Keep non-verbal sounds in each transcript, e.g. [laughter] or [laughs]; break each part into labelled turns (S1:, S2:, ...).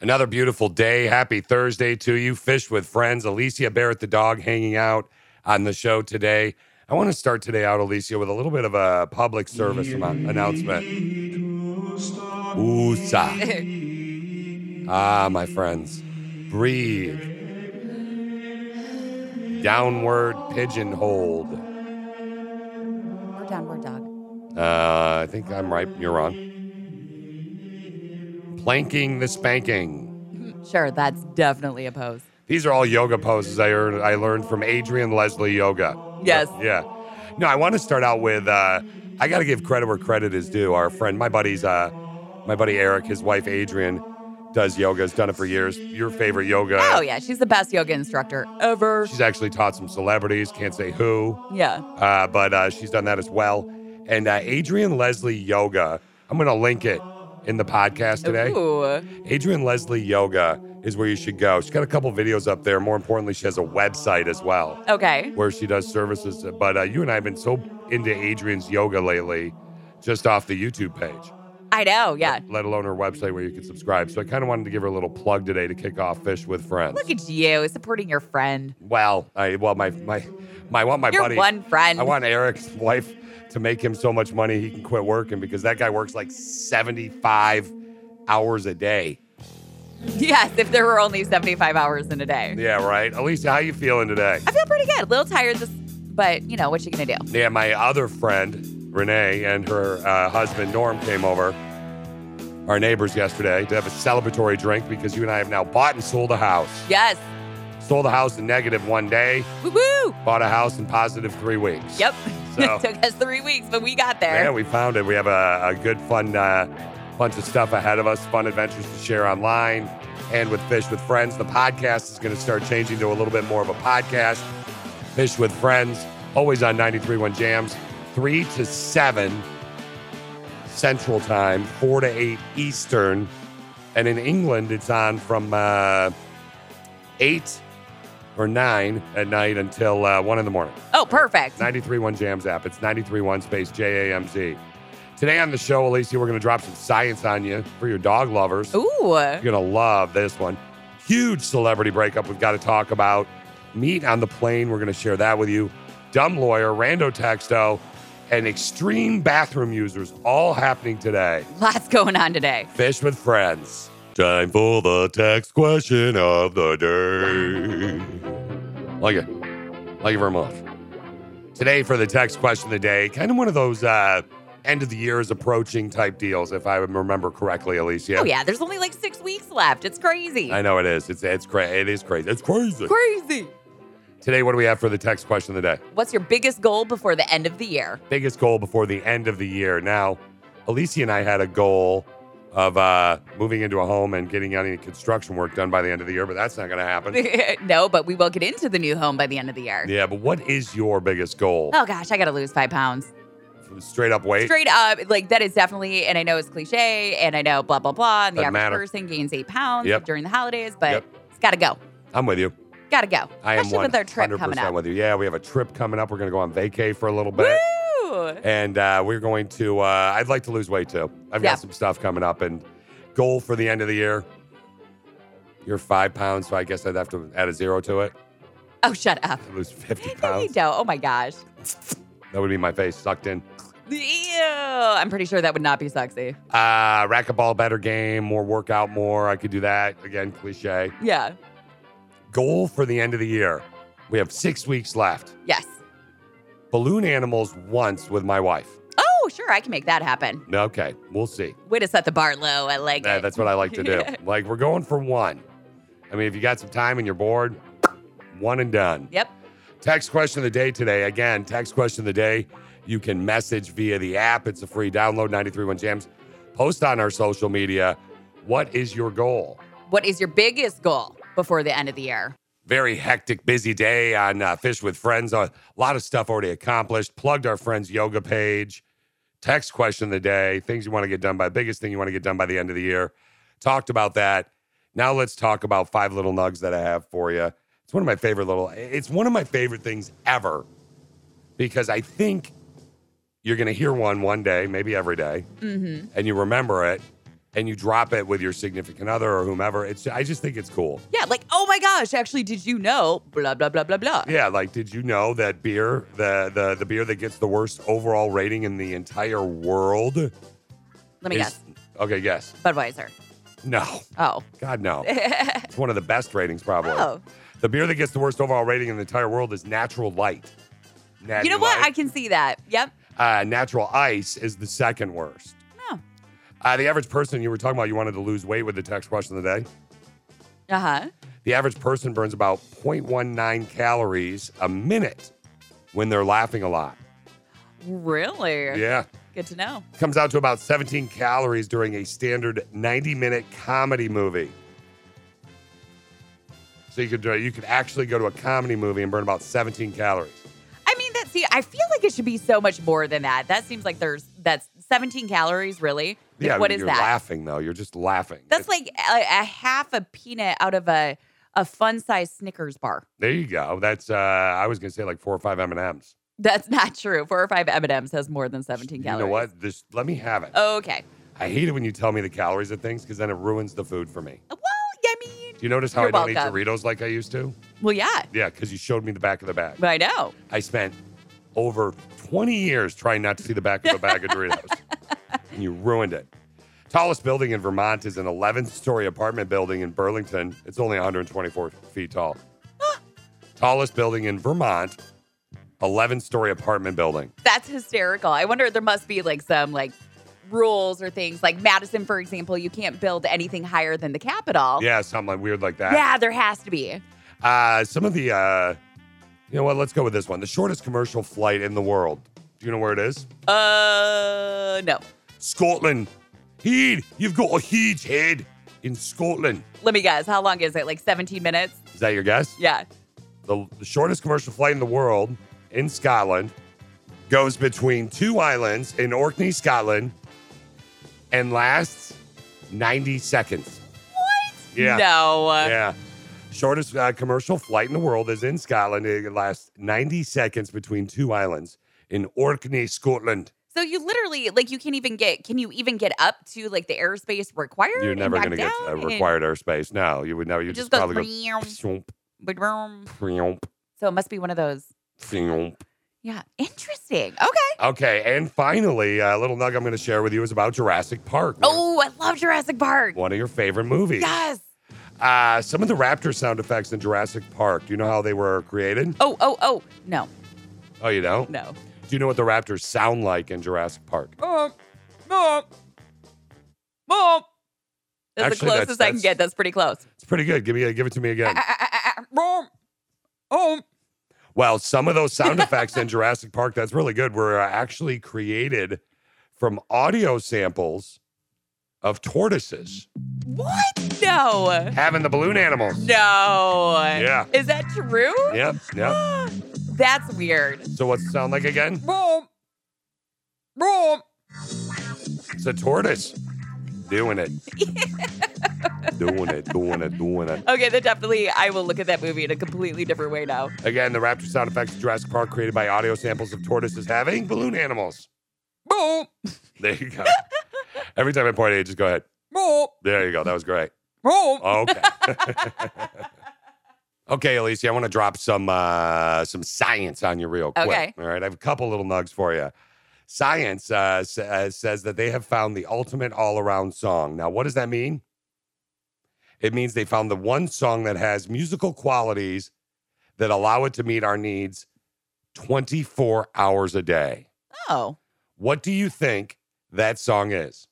S1: Another beautiful day. Happy Thursday to you. Fish with friends. Alicia Barrett, the dog, hanging out on the show today. I want to start today out, Alicia, with a little bit of a public service am- announcement. Usa. Ah, my friends. Breathe. Downward pigeonholed.
S2: Or downward dog.
S1: Uh, I think I'm right. You're on. Planking the spanking.
S2: Sure, that's definitely a pose.
S1: These are all yoga poses I learned, I learned from Adrian Leslie Yoga.
S2: Yes.
S1: Yeah. No, I want to start out with uh, I got to give credit where credit is due. Our friend, my buddy's, uh, my buddy Eric, his wife Adrian, does yoga. Has done it for years. Your favorite yoga?
S2: Oh yeah, she's the best yoga instructor ever.
S1: She's actually taught some celebrities. Can't say who,
S2: yeah.
S1: uh, but uh, she's done that as well. And uh, Adrian Leslie Yoga. I'm going to link it in the podcast
S2: Oh,
S1: today.
S2: Ooh.
S1: Adrian Leslie Yoga is where you should go. She's got a couple videos up there. More importantly, she has a website as well
S2: Okay.
S1: where she does services. But uh, you and I have been so into Adrian's yoga lately, just off the YouTube page,
S2: I know. Yeah.
S1: let alone her website where you can subscribe. So I kind of wanted to give her a little plug today to kick off Fish with Friends.
S2: Look at you supporting your friend.
S1: well, I well my my my I want my
S2: Your
S1: buddy.
S2: one friend.
S1: I want Eric's wife to make him so much money he can quit working because that guy works like seventy five hours a day.
S2: Yes, if there were only 75 hours in a day.
S1: Yeah, right. Alicia, how you feeling today?
S2: I feel pretty good. A little tired this but you know what you gonna do?
S1: Yeah, my other friend, Renee, and her uh, husband, Norm, came over, our neighbors, yesterday to have a celebratory drink because you and I have now bought and sold a house.
S2: Yes.
S1: Sold a house in negative one day,
S2: Woo woo.
S1: bought a house in positive three weeks.
S2: Yep. [laughs]
S1: So-
S2: it took us three weeks, but we got there.
S1: Yeah, we found it. We have a, a good, fun uh, bunch of stuff ahead of us, fun adventures to share online and with Fish with Friends. The podcast is going to start changing to a little bit more of a podcast. Fish with Friends, always on 93.1 Jams, 3 to 7 Central Time, 4 to 8 Eastern. And in England, it's on from uh, 8 or 9 at night until uh, 1 in the morning.
S2: oh, perfect.
S1: 931 Jams app. It's 931 space J A M Z. Today on the show, Alicia, we're going to drop some science on you for your dog lovers.
S2: Ooh.
S1: You're going to love this one. Huge celebrity breakup we've got to talk about. Meet on the plane. We're going to share that with you. Dumb lawyer, rando texto, and extreme bathroom users all happening today.
S2: Lots going on today.
S1: Fish with friends. Time for the text question of the day. Like it. Like it very much. Today for the text question of the day, kind of one of those uh, end of the year is approaching type deals, if I remember correctly, Alicia.
S2: Oh yeah, there's only like six weeks left. It's crazy.
S1: I know it is. It's it's cra- it is crazy. It's crazy.
S2: Crazy.
S1: Today, what do we have for the text question of the day?
S2: What's your biggest goal before the end of the year? [laughs]
S1: Biggest goal before the end of the year. Now, Alicia and I had a goal of uh, moving into a home and getting any construction work done by the end of the year, but that's not going to happen.
S2: no, but we will get into the new home by the end of the year.
S1: Yeah, but what is your biggest goal?
S2: Oh gosh, I gotta lose five pounds.
S1: Straight up weight.
S2: Oh. Straight up, like that is definitely, and I know it's cliche, and I know blah blah blah. And the
S1: Doesn't
S2: average
S1: matter.
S2: person gains eight pounds
S1: Yep.
S2: during the holidays, but
S1: Yep.
S2: it's gotta go,
S1: I'm with you.
S2: gotta go.
S1: I am
S2: Especially
S1: one
S2: with our trip
S1: hundred
S2: coming
S1: percent
S2: up.
S1: with you. Yeah, we have a trip coming up. We're gonna go on vacay for a little bit,
S2: Woo!
S1: and uh, we're going to. Uh, I'd like to lose weight too. I've
S2: Yeah.
S1: got some stuff coming up, and goal for the end of the year. You're five pounds, so I guess I'd have to add a zero to it.
S2: Oh, shut up.
S1: to Lose fifty
S2: [laughs] No, you
S1: pounds.
S2: don't. Oh my gosh.
S1: That would be my face sucked in.
S2: Ew. I'm pretty sure that would not be sexy.
S1: Uh, racquetball, better game, more workout, more. I could do that again. Cliche.
S2: Yeah.
S1: Goal for the end of the year. We have six weeks left.
S2: Yes.
S1: balloon animals once with my wife.
S2: Oh, sure, I can make that happen.
S1: Okay, we'll see.
S2: Way to set the bar low. I like
S1: Uh,
S2: it.
S1: that's what I like to do. Like we're going for one. I mean, if you got some time and you're bored, one and done.
S2: Yep.
S1: Text question of the day today. Again, text question of the day. You can message via the app. It's a free download. 931 Jams. Post on our social media. What is your goal?
S2: What is your biggest goal before the end of the year?
S1: Very hectic, busy day on uh, Fish with Friends. A lot of stuff already accomplished. Plugged our friends' yoga page. Text question of the day. Things you want to get done by. Biggest thing you want to get done by the end of the year. Talked about that. Now let's talk about five little nugs that I have for you. It's one of my favorite little. It's one of my favorite things ever because I think you're going to hear one one day, maybe every day, and you remember it, and you drop it with your significant other or whomever. It's I just think it's cool.
S2: Yeah, like, oh my gosh, actually, did you know? Blah, blah, blah, blah, blah.
S1: Yeah, like did you know that beer, the the the beer that gets the worst overall rating in the entire world?
S2: Let me
S1: is-
S2: guess.
S1: Okay, guess.
S2: Budweiser.
S1: No.
S2: Oh.
S1: God
S2: [laughs]
S1: no.
S2: oh.
S1: It's one of the best ratings probably. The beer that gets the worst overall rating in the entire world is Natural Light. Natty
S2: You know what? I
S1: Light.
S2: can see that. Yep.
S1: uh, natural Ice is the second worst.
S2: Oh.
S1: Uh, the average person you were talking about, you wanted to lose weight with the text question of the day.
S2: Uh huh.
S1: The average person burns about 0.19 calories a minute when they're laughing a lot.
S2: Really?
S1: Yeah.
S2: Good to know.
S1: Comes out to about 17 calories during a standard 90 minute comedy movie. So you could do- you could actually go to a comedy movie and burn about 17 calories.
S2: I mean, that, see, I feel like it should be so much more than that. That seems like there's, that's 17 calories, really. Like,
S1: Yeah, I
S2: what
S1: mean,
S2: is
S1: you're
S2: that?
S1: laughing though. You're just laughing.
S2: That's like a, a half a peanut out of a, a fun sized Snickers bar.
S1: there you go. That's uh, I was gonna say like four or five M and M's.
S2: That's not true. Four or five M&Ms has more than 17
S1: You
S2: calories. Oh.
S1: know what? This let me have it.
S2: Okay.
S1: I hate it when you tell me the calories of things because then it ruins the food for me.
S2: Well, I mean,
S1: Do you notice how
S2: You're
S1: I don't
S2: welcome.
S1: eat Doritos like I used to?
S2: well, yeah,
S1: Yeah, because you showed me the back of the bag.
S2: I know.
S1: I spent over 20 years trying not to see the back of a bag of Doritos, and you ruined it. Tallest building in Vermont is an 11 story apartment building in Burlington. It's only 124 feet tall. Tallest building in Vermont, 11 story apartment building.
S2: That's hysterical. I wonder there must be like some like rules or things like Madison, for example, you can't build anything higher than the Capitol.
S1: Yeah, something like weird like that.
S2: Oh. Yeah, there has to be.
S1: Uh, some of the, uh, you know what? Let's go with this one. The shortest commercial flight in the world. Do you know where it is?
S2: Uh, no.
S1: Scotland. Heed, you've got a huge head in Scotland.
S2: Let me guess. How long is it? Like 17 minutes?
S1: Is that your guess?
S2: Yeah.
S1: The, the shortest commercial flight in the world in Scotland goes between two islands in Orkney, Scotland, and lasts 90 seconds. What? Yeah.
S2: No.
S1: Yeah. Shortest uh, commercial flight in the world is in Scotland. It lasts 90 seconds between two islands in Orkney, Scotland.
S2: So you literally like you can't even get can you even get up to like the airspace required?
S1: You're
S2: and
S1: never
S2: back
S1: going to get
S2: down
S1: uh,
S2: and-
S1: required airspace. No, you would never. You
S2: It
S1: just,
S2: just goes um,
S1: probably go.
S2: meow.
S1: Pshomp,
S2: Ba-dum.
S1: pshomp,
S2: So it must be one of those.
S1: pshomp.
S2: Yeah. Interesting. Okay.
S1: Okay, and finally, a little nug I'm going to share with you is about Jurassic Park. one of-
S2: Oh, I love Jurassic Park.
S1: One of your favorite movies.
S2: Yes.
S1: Uh, some of the raptor sound effects in Jurassic Park. Do you know how they were created?
S2: Oh, oh, oh. No,
S1: Oh, you don't?
S2: no.
S1: Do you know what the raptors sound like in Jurassic Park?
S2: Mom, mom, mom.
S1: Actually,
S2: That's the
S1: that's-
S2: closest I can
S1: that's-
S2: get. That's pretty close. Ah,
S1: It's pretty good. Give me, give it to me
S2: Uh,
S1: again.
S2: Mom, mom.
S1: Well, some of those
S2: [laughs]
S1: sound effects in Jurassic Park, that's really good, were uh, actually created from audio samples of tortoises
S2: What? No,
S1: having the balloon animals.
S2: no.
S1: Yeah.
S2: Is that true?
S1: Yep, yep.
S2: [gasps] That's weird.
S1: So what's it sound like again?
S2: Mom, mom.
S1: It's a tortoise doing it. doing it, doing it, doing it.
S2: Okay, that definitely. I will look at that movie in a completely different way now.
S1: Again, the raptor sound effects in Jurassic Park created by audio samples of tortoises having balloon animals.
S2: Mom,
S1: There you go. Every time I point at you, just go ahead.
S2: mom,
S1: There you go. That was great.
S2: mom.
S1: Oh, Okay. okay, Alicia, I want to drop some uh, some science on you real quick.
S2: Okay.
S1: All right, I have a couple little nugs for you. Science uh, s- uh, says that they have found the ultimate all around song. Now, what does that mean? It means they found the one song that has musical qualities that allow it to meet our needs 24 hours a day.
S2: Oh.
S1: What do you think that song is?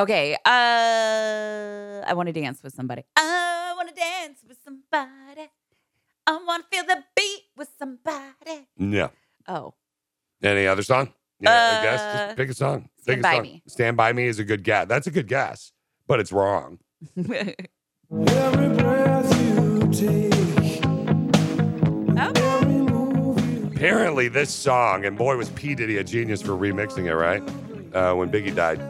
S2: Okay. Uh, I want to dance with somebody. I want to dance with somebody. I want to feel the beat with somebody.
S1: No.
S2: Oh, [laughs]
S1: Any other song? Yeah, I guess.
S2: Uh,
S1: Just pick a song. Pick
S2: Stand
S1: a
S2: By
S1: song.
S2: Me.
S1: Stand by me is a good guess. That's a good guess, but it's wrong.
S2: okay.
S3: Every breath you take,
S2: Oh,
S3: every move you
S1: Apparently, this song, and boy, was P. Diddy a genius for remixing it, right? Uh, when Biggie died.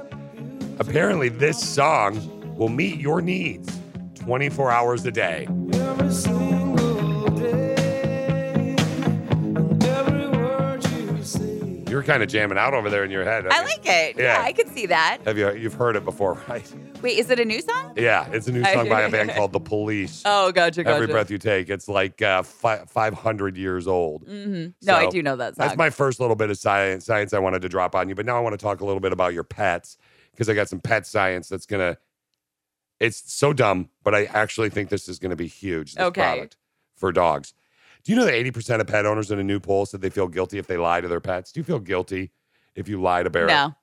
S1: Apparently, this song will meet your needs 24 hours a day.
S3: every single day, and every word you say.
S1: You're kind of jamming out over there in your head.
S2: I
S1: mean,
S2: like it. Yeah.
S1: Yeah.
S2: I can see that.
S1: Have you? You've heard it before, [laughs] right?
S2: Wait, is it a new song?
S1: Yeah, it's a new
S2: I-
S1: song by a
S2: [laughs]
S1: band called The Police.
S2: Oh, gotcha, gotcha.
S1: Every breath you take, it's like uh, fi- 500 years old.
S2: hmm No, I
S1: So,
S2: do know that song.
S1: That's my first little bit of science science I wanted to drop on you, but now I want to talk a little bit about your pets because I got some pet science that's gonna. It's so dumb, but I actually think this is going to be huge. This
S2: Okay.
S1: product for dogs. Do you know that eighty percent of pet owners in a new poll said they feel guilty if they lie to their pets? Do you feel guilty if you lie to Barrett?
S2: no.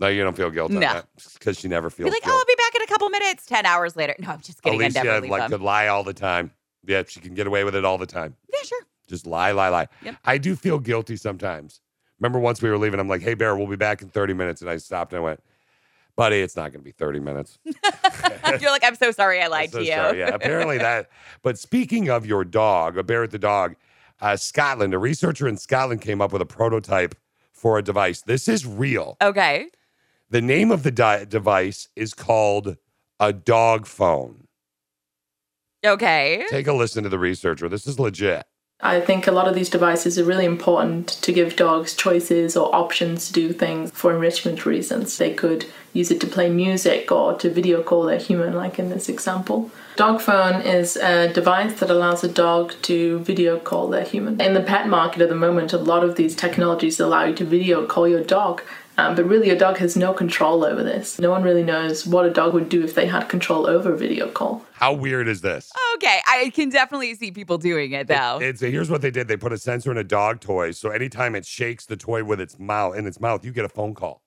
S1: no, you don't feel guilty.
S2: No.
S1: because she never feels.
S2: Be like, oh,
S1: guilt.
S2: I'll be back in a couple minutes. Ten hours later. No, I'm just kidding. I never
S1: Alicia
S2: leave
S1: like
S2: them.
S1: could lie all the time. Yeah, she can get away with it all the time.
S2: [laughs] Yeah, sure.
S1: [laughs]
S2: [laughs]
S1: Just lie, lie, lie.
S2: Yep.
S1: I do feel guilty sometimes. Remember once we were leaving, I'm like, hey, Bear, we'll be back in 30 minutes. And I stopped and I went, buddy, it's not going to be 30 minutes. [laughs]
S2: You're like, I'm so sorry I lied
S1: I'm so
S2: to you.
S1: sorry. Yeah, apparently that. But speaking of your dog, a Barrett the dog, uh, Scotland, a researcher in Scotland came up with a prototype for a device. This is real.
S2: [laughs] Okay.
S1: The name of the di- device is called a dog phone.
S2: Okay.
S1: Take a listen to the researcher. This is legit.
S4: I think a lot of these devices are really important to give dogs choices or options to do things for enrichment reasons. They could use it to play music or to video call their human, like in this example. Dog phone is a device that allows a dog to video call their human. In the pet market at the moment, a lot of these technologies allow you to video call your dog. Um, but really, your dog has no control over this. No one really knows what a dog would do if they had control over a video call.
S1: How weird is this?
S2: Okay. I can definitely see people doing it though.
S1: It's here's what they did. They put a sensor in a dog toy, so anytime it shakes the toy with its mouth in its mouth, you get a phone call.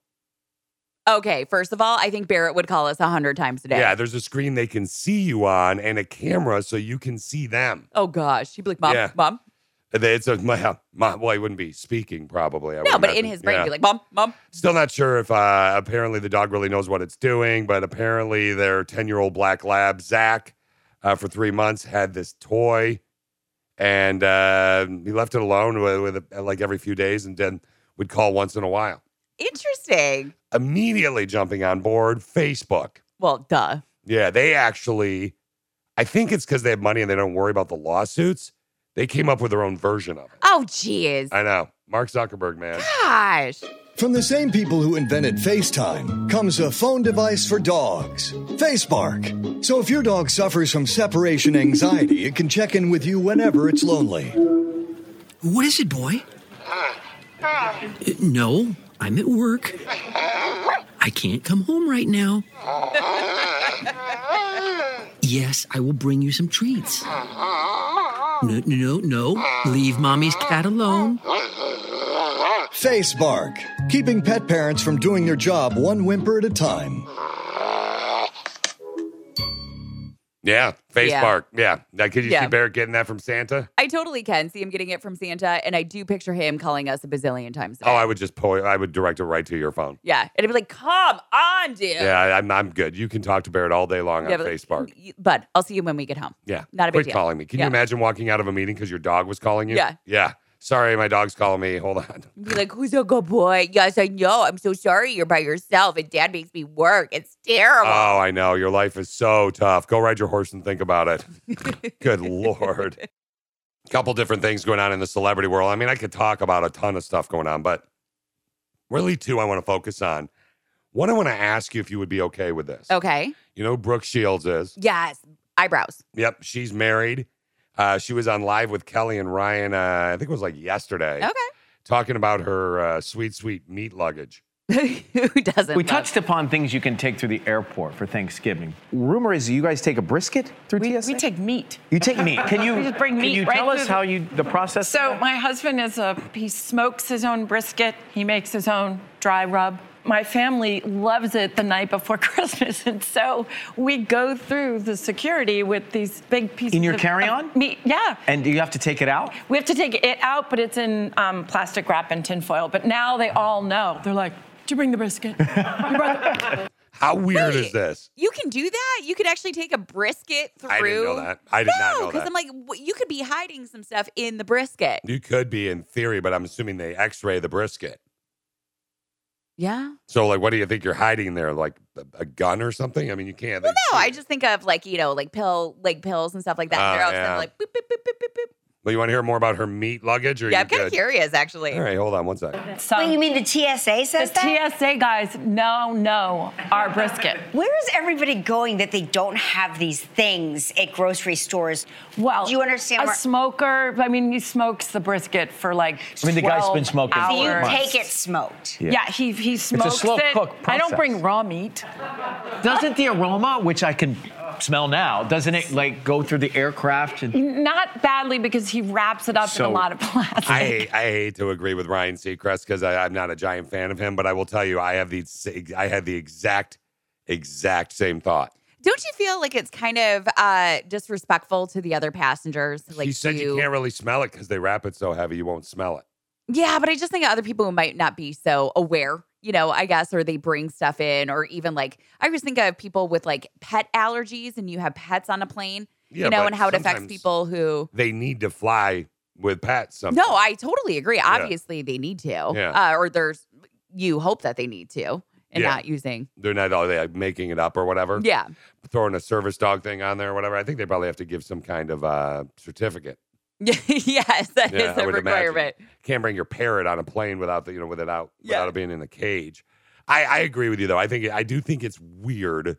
S2: okay. First of all, I think Barrett would call us a hundred times a day.
S1: Yeah, there's a screen they can see you on and a camera so you can see them.
S2: Oh gosh. He'd be like, Mom,
S1: Yeah.
S2: mom.
S1: And they- It's a [laughs] my, my well, he wouldn't be speaking probably. I
S2: No,
S1: would
S2: but in
S1: imagine.
S2: his brain,
S1: Yeah.
S2: he'd be like, Mom, mom.
S1: still not sure if uh, apparently the dog really knows what it's doing, but apparently their ten year old black lab Zach uh, for three months had this toy, and uh, he left it alone with, with like every few days, and then would call once in a while.
S2: Interesting.
S1: immediately jumping on board Facebook.
S2: Well, duh.
S1: Yeah, they actually, I think it's because they have money and they don't worry about the lawsuits. They came up with their own version of it.
S2: Oh, geez.
S1: I know. Mark Zuckerberg, man.
S2: Gosh.
S5: From the same people who invented FaceTime comes a phone device for dogs, FaceBark. So if your dog suffers from separation anxiety, it can check in with you whenever it's lonely.
S6: What is it, boy? Uh, No, I'm at work. I can't come home right now. Yes, I will bring you some treats. No, no, no, no. Leave mommy's cat alone.
S5: FaceBark, keeping pet parents from doing their job one whimper at a time.
S1: Yeah, Facebook. Yeah. Now, could you see
S2: Yeah.
S1: Barrett getting that from Santa?
S2: I totally can see him getting it from Santa, and I do picture him calling us a bazillion times. A day.
S1: Oh, I would just point, I would direct it right to your phone.
S2: yeah, it'd be like, "Come on, dude."
S1: Yeah, I, I'm, I'm good. You can talk to Barrett all day long
S2: Yeah,
S1: on
S2: but-
S1: Facebook.
S2: But I'll see you when we get home.
S1: Yeah.
S2: Not a
S1: Quit
S2: big deal.
S1: calling me. Can you
S2: Yeah.
S1: imagine walking out of a meeting because your dog was calling you?
S2: Yeah.
S1: Yeah. Sorry, my dog's calling me. Hold on.
S2: Be like, who's a good boy? Yes, I know. I'm so sorry you're by yourself and dad makes me work. It's terrible.
S1: Oh, I know. Your life is so tough. Go ride your horse and think about it. Good Lord. Couple different things going on in the celebrity world. I mean, I could talk about a ton of stuff going on, but really, two I want to focus on. One, I want to ask you if you would be okay with this.
S2: okay.
S1: You know, who Brooke Shields is.
S2: Yes. Eyebrows.
S1: Yep, she's married. Uh, she was on live with Kelly and Ryan, uh, I think it was like yesterday, talking about her uh, sweet, sweet meat luggage.
S2: Okay. [laughs] Who doesn't?
S7: We
S2: love-
S7: touched upon things you can take through the airport for Thanksgiving. Rumor is you guys take a brisket through
S8: We,
S7: TSA.
S8: we take meat.
S7: You take meat.
S8: [laughs]
S7: Can you
S8: We just bring meat
S7: Can you
S8: right
S7: tell us
S8: through the-
S7: how you the process?
S8: So my husband is a he smokes his own brisket. He makes his own dry rub. My family loves it the night before [laughs] Christmas, and so we go through the security with these big pieces
S7: In your
S8: of- of
S7: carry-on?
S8: meat. Yeah,
S7: and do you have to take it out?
S8: we have to take it out, but it's in um, plastic wrap and tinfoil. But now they all know. They're like, "Did you bring the brisket?" You brought the-
S1: How weird
S2: Wait.
S1: is this?
S2: You can do that? You could actually take a brisket through.
S1: I didn't know that. I did not know
S2: because
S1: that.
S2: I'm like, w- you could be hiding some stuff in the brisket.
S1: You could be in theory, but I'm assuming they x-ray the brisket.
S2: Yeah.
S1: So like what do you think you're hiding there? Like a, a gun or something? I mean you can't.
S2: Well,
S1: they
S2: no,
S1: see
S2: I
S1: it.
S2: just think of like, you know, like pill, like pills and stuff like that.
S1: Oh,
S2: They're all
S1: yeah.
S2: like, boop, boop, boop, boop, boop, boop.
S1: Well, you want to hear more about her meat luggage? Or
S2: Yeah,
S1: you
S2: I'm kind of
S1: good?
S2: curious, actually.
S1: All right, hold on one sec.
S7: [laughs]
S8: So
S9: Wait, you mean the TSA
S8: the
S9: says that?
S8: TSA guys, no, no, our brisket.
S9: Where is everybody going that they don't have these things at grocery stores?
S8: Well,
S9: do you understand?
S8: A
S9: where-
S8: smoker, I mean, he smokes the brisket for like.
S7: I mean, the guy's
S8: 12
S7: been smoking for
S9: so you
S8: hours.
S7: months.
S9: take it smoked.
S8: Yeah, he he smokes
S7: slow
S8: it.
S7: cook
S8: I don't
S7: process.
S8: bring raw meat.
S6: Doesn't the aroma, which I can smell now, doesn't it like go through the aircraft? And,
S8: Not badly because he wraps it up in
S7: So,
S8: a lot of plastic.
S1: I hate, I hate to agree with Ryan Seacrest because I'm not a giant fan of him, but I will tell you, I have the ex- I had the exact exact same thought.
S2: Don't you feel like it's kind of uh, disrespectful to the other passengers? Like
S1: She said you,
S2: to-
S1: can't really smell it because they wrap it so heavy, you won't smell it.
S2: Yeah, but I just think other people who might not be so aware, you know, I guess, or they bring stuff in, or even like I always think of people with like pet allergies, and you have pets on a plane,
S1: Yeah,
S2: you know,
S1: but
S2: and how it affects
S1: sometimes
S2: people who.
S1: They need to fly with pets. Sometimes.
S2: No, I totally agree. Obviously, they need to,
S1: Yeah.
S2: uh, or there's you hope that they need to, and
S1: Yeah.
S2: not using.
S1: they're not all they like, making it up or whatever.
S2: Yeah, [laughs]
S1: throwing a service dog thing on there or whatever. I think they probably have to give some kind of uh, certificate.
S2: yes,
S1: [laughs]
S2: that is
S1: Yeah, I
S2: a
S1: would
S2: requirement.
S1: imagine. Can't bring your parrot on a plane without the, you know, without out,
S2: Yeah.
S1: without it being in the cage. I, I agree with you though. I think I do think it's weird,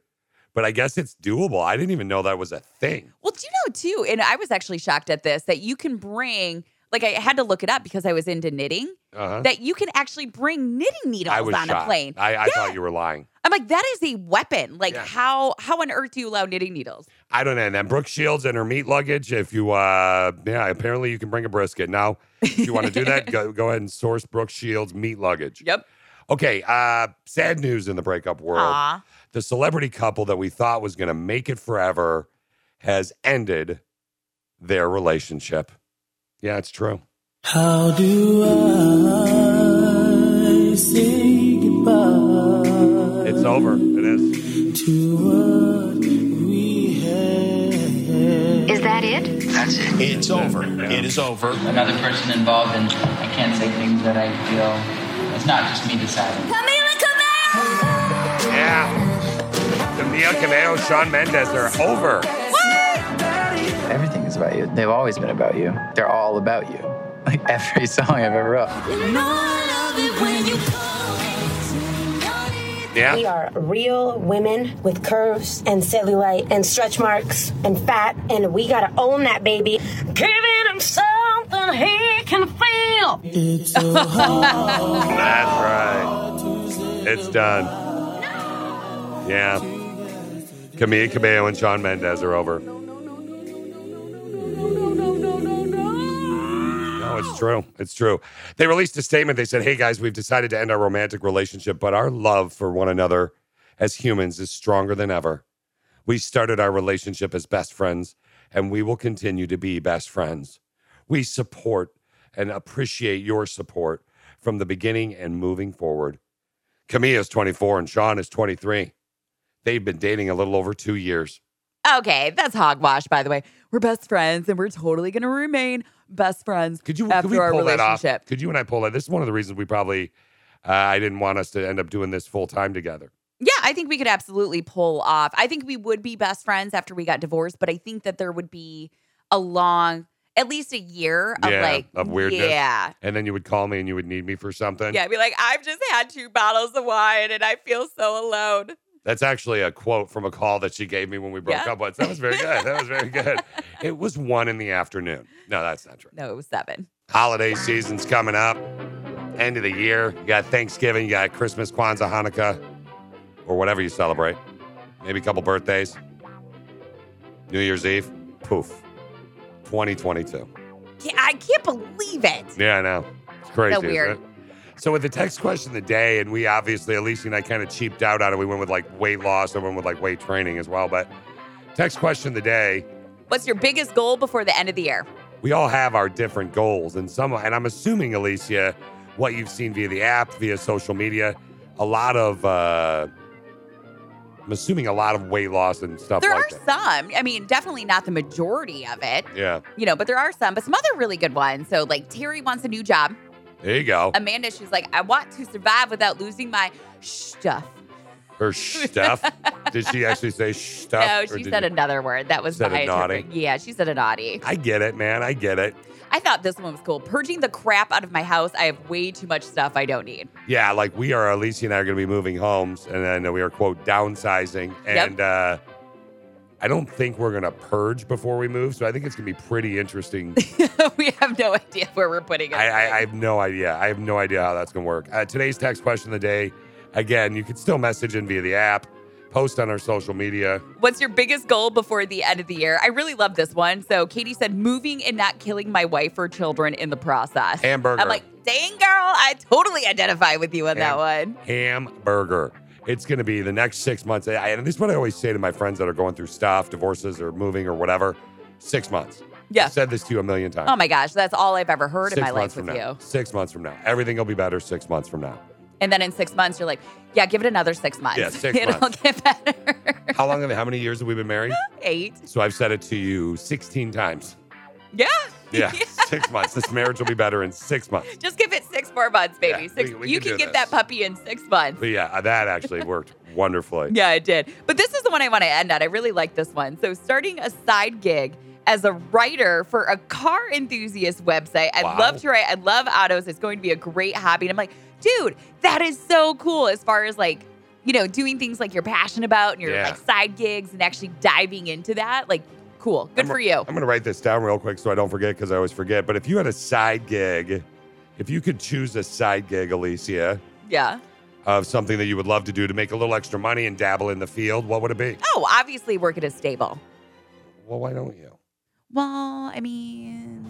S1: but I guess it's doable. I didn't even know that was a thing.
S2: Well, do you know too? And I was actually shocked at this that you can bring. Like I had to look it up because I was into knitting.
S1: Uh-huh.
S2: That you can actually bring knitting
S1: I
S2: needles
S1: was
S2: on
S1: shocked.
S2: a plane.
S1: I, I thought you were lying.
S2: I'm like, that is a weapon. Like,
S1: Yeah.
S2: how how on earth do you allow knitting needles?
S1: I don't know. And then Brooke Shields and her meat luggage. If you, uh, yeah, apparently you can bring a brisket. Now, if you want to do [laughs] that, go, go ahead and source Brooke Shields meat luggage.
S2: Yep.
S1: Okay. Uh, sad news in the breakup world.
S2: Aw.
S1: The celebrity couple that we thought was going to make it forever has ended their relationship. Yeah, it's true.
S3: How do I say goodbye
S1: It's over. It is.
S3: to what we had?
S10: Is that it?
S11: It's over. It is over.
S10: Another person involved, and I can't say things that I feel. It's not just me deciding.
S1: Yeah. Camila Cabello, Sean Mendes are over.
S10: Everything is about you. They've always been about you. They're all about you. Like [laughs] every song I've ever wrote.
S1: Yeah.
S9: We are real women with curves and cellulite and stretch marks and fat, and we gotta own that baby. Giving him something he can feel.
S3: It's so hard
S1: That's right.
S3: to say
S1: It's done. Yeah. Camila Cabello and Sean Mendes are over. No, it's true. It's true. They released a statement. They said, Hey guys, we've decided to end our romantic relationship, but our love for one another as humans is stronger than ever. We started our relationship as best friends, and we will continue to be best friends. We support and appreciate your support from the beginning and moving forward. Camille is 24 and Sean is 23. They've been dating a little over two years.
S2: Okay, that's hogwash, by the way. We're best friends and we're totally gonna remain best friends
S1: Could you
S2: after
S1: could we
S2: our
S1: pull that off?
S2: relationship.
S1: Could you and I pull that? This is one of the reasons we probably uh, I didn't want us to end up doing this full time together.
S2: Yeah, I think we could absolutely pull off. I think we would be best friends after we got divorced, but I think that there would be a long at least a year of
S1: Yeah,
S2: like
S1: of weirdness.
S2: Yeah.
S1: And then you would call me and you would need me for something.
S2: Yeah, I'd be like, I've just had two bottles of wine and I feel so alone.
S1: That's actually a quote from a call that she gave me when we broke
S2: Yeah.
S1: up once. That was very good. That was very
S2: [laughs]
S1: good. It was one in the afternoon. No, that's not true.
S2: No, it was seven.
S1: Holiday season's coming up. End of the year. You got Thanksgiving, you got Christmas, Kwanzaa, Hanukkah, or whatever you celebrate. Maybe a couple birthdays. New Year's Eve. Poof. 2022.
S2: Ca- I can't believe it.
S1: Yeah, I know. It's crazy.
S2: So
S1: isn't
S2: weird.
S1: it? So with the text question of the day, and we obviously, Alicia and I kind of cheaped out on it. We went with like weight loss, I went with like weight training as well. But text question of the day,
S2: What's your biggest goal before the end of the year?
S1: we all have our different goals and some and i'm assuming alicia what you've seen via the app via social media a lot of uh i'm assuming a lot of weight loss and stuff
S2: There
S1: like
S2: are
S1: that
S2: some. I mean, definitely not the majority of it,
S1: yeah
S2: you know, but there are some, but some other really good ones. So, like, Terry wants a new job.
S1: there you go
S2: Um, Amanda, she's like, I want to survive without losing my stuff. [laughs]
S1: Her stuff. did she actually say stuff?
S2: no,
S1: or
S2: she
S1: did
S2: said
S1: you-
S2: another word that was
S1: Said a
S2: behind
S1: naughty?
S2: her. Yeah, she said a naughty.
S1: I get it, man. I get it.
S2: I thought this one was cool. Purging the crap out of my house. I have way too much stuff I don't need. [laughs]
S1: Yeah, like we are, Alicia and I are going to be moving homes, and then we are, quote, downsizing.
S2: Yep.
S1: And uh, I don't think we're going to purge before we move. So I think it's going to be pretty interesting.
S2: we have no idea where we're putting it.
S1: I, I, I have no idea. I have no idea how that's going to work. Uh, today's text question of the day again, you can still message in via the app, post on our social media.
S2: What's your biggest goal before the end of the year? I really love this one. So Katie said, moving and not killing my wife or children in the process.
S1: Hamburger.
S2: I'm like, dang, girl, I totally identify with you on that one.
S1: hamburger. It's going to be the next six months. I, and this is what I always say to my friends that are going through stuff, divorces, or moving, or whatever. Six months.
S2: Yeah.
S1: I've said this to you a million times.
S2: Oh my gosh, that's all I've ever heard
S1: Six
S2: in my
S1: months
S2: life
S1: from
S2: with
S1: now.
S2: you.
S1: Six months from now, everything will be better. Six months from now.
S2: And then in six months, you're like, yeah, give it another six months. [laughs]
S1: Yeah, six
S2: It'll
S1: months.
S2: get better. [laughs]
S1: How long? Have, how many years have we been married?
S2: Eight.
S1: So I've said it to you sixteen times.
S2: Yeah. [laughs]
S1: Yeah, six months. This marriage will be better in six months.
S2: Just give it six more months, baby.
S1: Yeah,
S2: six,
S1: we- we
S2: you
S1: can
S2: can,
S1: do
S2: get
S1: this.
S2: that puppy in six months.
S1: But yeah, uh, that actually worked wonderfully.
S2: Yeah, it did. But this is the one I want to end on. I really like this one. So, starting a side gig as a writer for a car enthusiast website. I
S12: Wow.
S2: love to write. I love autos. It's going to be a great hobby. And I'm like, dude, that is so cool as far as like, you know, doing things like you're passionate about and your
S1: Yeah.
S2: like side gigs and actually diving into that. Like, cool. Good
S1: I'm-
S2: for you.
S1: I'm going to write this down real quick so I don't forget because I always forget. But if you had a side gig, if you could choose a side gig, Alicia,
S2: yeah.
S1: of something that you would love to do to make a little extra money and dabble in the field, what would it be?
S2: Oh, obviously work at a stable.
S1: Well, why don't you?
S2: Well, I mean,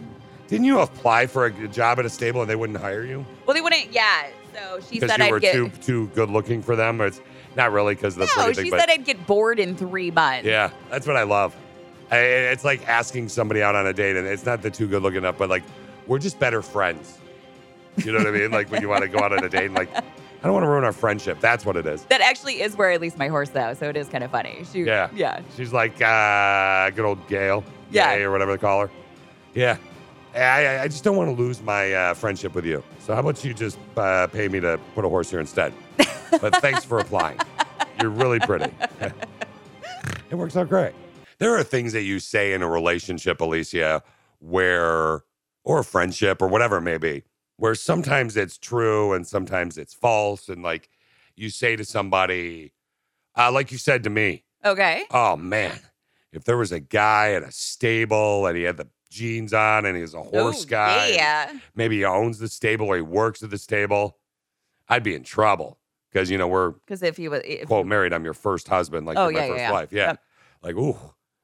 S1: Didn't you apply for a job at a stable and they wouldn't hire you
S2: well, they wouldn't. Yeah. So she
S1: because
S2: said
S1: you
S2: I'd
S1: were
S2: get.
S1: too too good looking for them? Or it's not really because of the
S2: no,
S1: pretty
S2: she
S1: thing,
S2: said
S1: but
S2: I'd get bored in three months.
S1: yeah, that's what I love. I, it's like asking somebody out on a date and it's not the too good looking enough, but like we're just better friends. You know what I mean? Like when you want to go out on a date and like I don't want to ruin our friendship. That's what it is.
S2: That actually is where I leased my horse, though, so it is kind of funny. She,
S1: Yeah.
S2: yeah,
S1: She's like, uh, good old Gail.
S2: Yeah.
S1: Gay Or whatever they call her. Yeah. I, I, I just don't want to lose my uh, friendship with you. So how about you just uh, pay me to put a horse here instead? But thanks for applying. You're really pretty. [laughs] it works out great. There are things that you say in a relationship, Alicia, where, or a friendship or whatever it may be, where sometimes it's true and sometimes it's false. And like you say to somebody, uh, like you said to me,
S2: Okay.
S1: Oh man, if there was a guy at a stable and he had the jeans on and he was a horse
S2: Ooh,
S1: guy, and
S2: Oh, Yeah.
S1: maybe he owns the stable or he works at the stable, I'd be in trouble because you know we're
S2: Because if he was, if,
S1: quote married. I'm your first husband, like
S2: Oh,
S1: you're my
S2: yeah, yeah,
S1: first
S2: yeah.
S1: wife, yeah. Like ooh,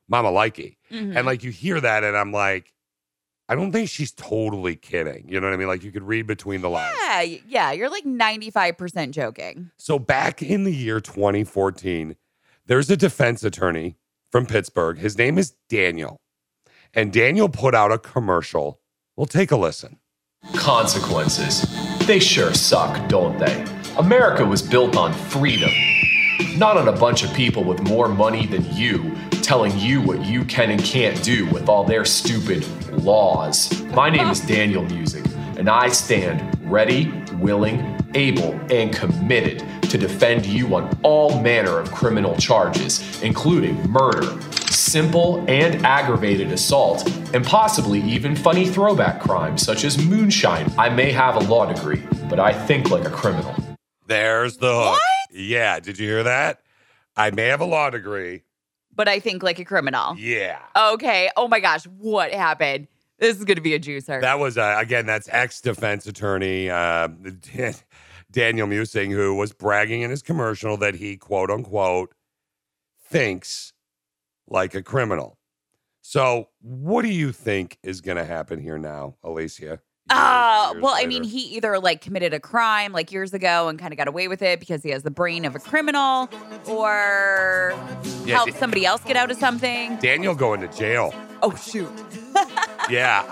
S1: mama likey,
S2: Mhm.
S1: and like you hear that and I'm like, I don't think she's totally kidding. You know what I mean? Like you could read between the lines.
S2: yeah, y- yeah, you're like 95% joking.
S1: So back in the year 2014, there's a defense attorney from Pittsburgh. His name is Daniel. And Daniel put out a commercial. We'll take a listen.
S13: Consequences. They sure suck, don't they? America was built on freedom, not on a bunch of people with more money than you telling you what you can and can't do with all their stupid laws. My name is Daniel Music, and I stand ready, willing, able, and committed to defend you on all manner of criminal charges, including murder, simple and aggravated assault, and possibly even funny throwback crimes such as moonshine. I may have a law degree, but I think like a criminal.
S1: There's the hook. Yeah, did you hear that? I may have a law degree.
S2: But I think like a criminal.
S1: Yeah.
S2: Okay. Oh my gosh, what happened? This is going to be a juicer.
S1: That was, uh, again, that's ex defense attorney uh, [laughs] Dan- Daniel Musing, who was bragging in his commercial that he, quote unquote, thinks like a criminal. So, what do you think is going to happen here now, Alicia?
S2: Uh,
S1: years
S2: well, I
S1: later.
S2: mean, he either like committed a crime like years ago and kind of got away with it because he has the brain of a criminal or
S1: Yeah,
S2: helped
S1: Dan-
S2: somebody else get out of something.
S1: Daniel going to jail.
S2: Oh, shoot.
S1: yeah,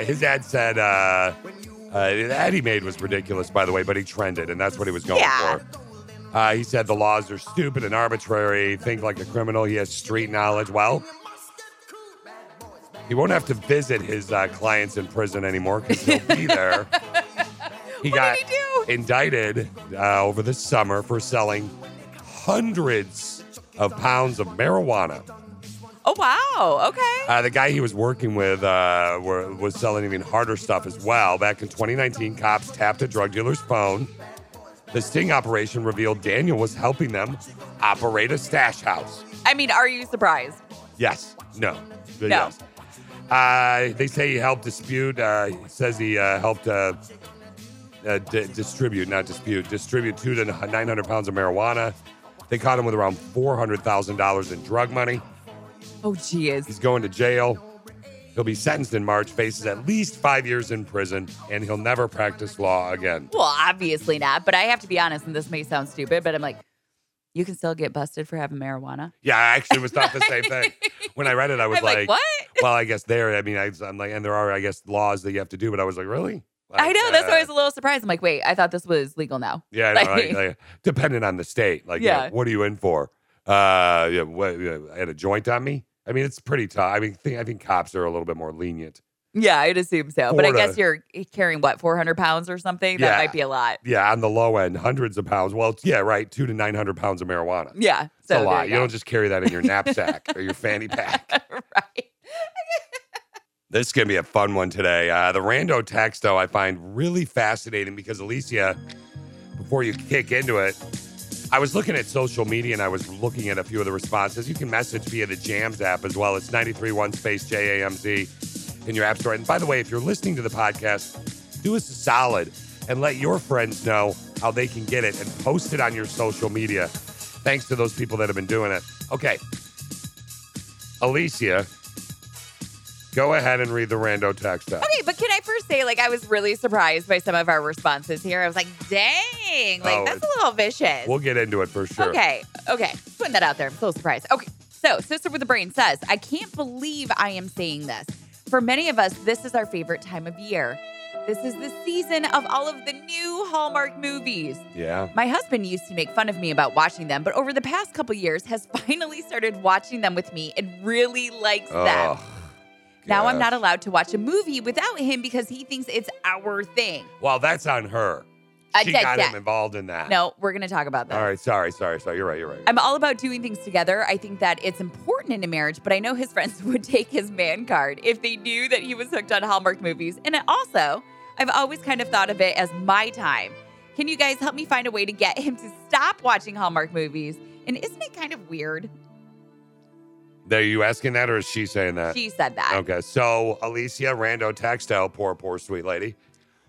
S1: uh, his ad said uh, uh, the ad he made was ridiculous, by the way, but he trended, and that's what he was going
S2: Yeah.
S1: for. Uh, he said the laws are stupid and arbitrary. Think like a criminal. He has street knowledge. Well, he won't have to visit his uh, clients in prison anymore because he'll be there. he got indicted uh, over the summer for selling hundreds of pounds of marijuana.
S2: Oh wow. Okay.
S1: Uh, the guy he was working with uh, were, was selling even harder stuff as well. Back in 2019, cops tapped a drug dealer's phone. The sting operation revealed Daniel was helping them operate a stash house.
S2: I mean, are you surprised?
S1: Yes. No. The Yes. Uh, they say he helped dispute. Uh, he says he uh, helped uh, uh, di- distribute, not dispute, distribute two to 900 pounds of marijuana. They caught him with around $400,000 in drug money.
S2: Oh, geez.
S1: He's going to jail. He'll be sentenced in March, faces at least five years in prison, and he'll never practice law again.
S2: Well, obviously not. But I have to be honest, and this may sound stupid, but I'm like, you can still get busted for having marijuana.
S1: Yeah, I actually was thought the same
S2: [laughs]
S1: thing. When I read it, I was
S2: I'm like, "What?"
S1: Well, I guess there, I mean, I, I'm like, and there are, I guess, laws that you have to do, but I was like, really?
S2: I know. That's why I
S1: uh,
S2: was a little surprised. I'm like, wait, I thought this was legal now. [laughs]
S1: Yeah, I know,
S2: Like-
S1: like, like, depending on the state, like, yeah,
S2: Yeah.
S1: what are you in for? Uh, yeah, what, yeah, I had a joint on me. I mean, it's pretty tough. I mean, think, I think cops are a little bit more lenient.
S2: Yeah, I'd assume so. But I
S1: Florida.
S2: guess you're carrying what, 400 pounds or something? That
S1: Yeah.
S2: might be a lot.
S1: Yeah, on the low end, hundreds of pounds. Well, yeah, right, two to nine hundred pounds of marijuana.
S2: Yeah.
S1: It's
S2: So
S1: a
S2: there
S1: lot.
S2: you
S1: You
S2: go. [laughs]
S1: don't just carry that in your knapsack or your fanny pack. right. this is going to be a fun one today. Uh, the rando text, though, I find really fascinating because, Alicia, before you kick into it, I was looking at social media and I was looking at a few of the responses. You can message via the Jams app as well. It's 931 space J A M Z in your app store. And by the way, if you're listening to the podcast, do us a solid and let your friends know how they can get it and post it on your social media. Thanks to those people that have been doing it. Okay. Alicia, go ahead and read the rando text out.
S2: Okay, but can I first say, like, I was really surprised by some of our responses here. I was like, dang, like,
S1: Oh,
S2: that's a little vicious.
S1: We'll get into it for sure.
S2: Okay, okay. Just putting that out there. I'm so surprised. Okay, so Sister with the Brain says, I can't believe I am saying this. For many of us, this is our favorite time of year. This is the season of all of the new Hallmark movies.
S1: Yeah.
S2: My husband used to make fun of me about watching them, but over the past couple years has [laughs] finally started watching them with me and really likes them.
S1: Ugh.
S2: Now I'm
S1: gosh.
S2: not allowed to watch a movie without him because he thinks it's our thing.
S1: Well, that's on her.
S2: Uh,
S1: she
S2: yeah,
S1: got
S2: yeah.
S1: him involved in that.
S2: No, we're going to talk about that.
S1: All right. Sorry. Sorry. Sorry. You're right. You're right.
S2: I'm all about doing things together. I think that it's important in a marriage, but I know his [laughs] friends would take his man card if they knew that he was hooked on Hallmark movies. And also, I've always kind of thought of it as my time. Can you guys help me find a way to get him to stop watching Hallmark movies? And isn't it kind of weird?
S1: Are you asking that or is she saying that?
S2: She said that.
S1: Okay. So, Alicia, rando textile, poor, poor, sweet lady.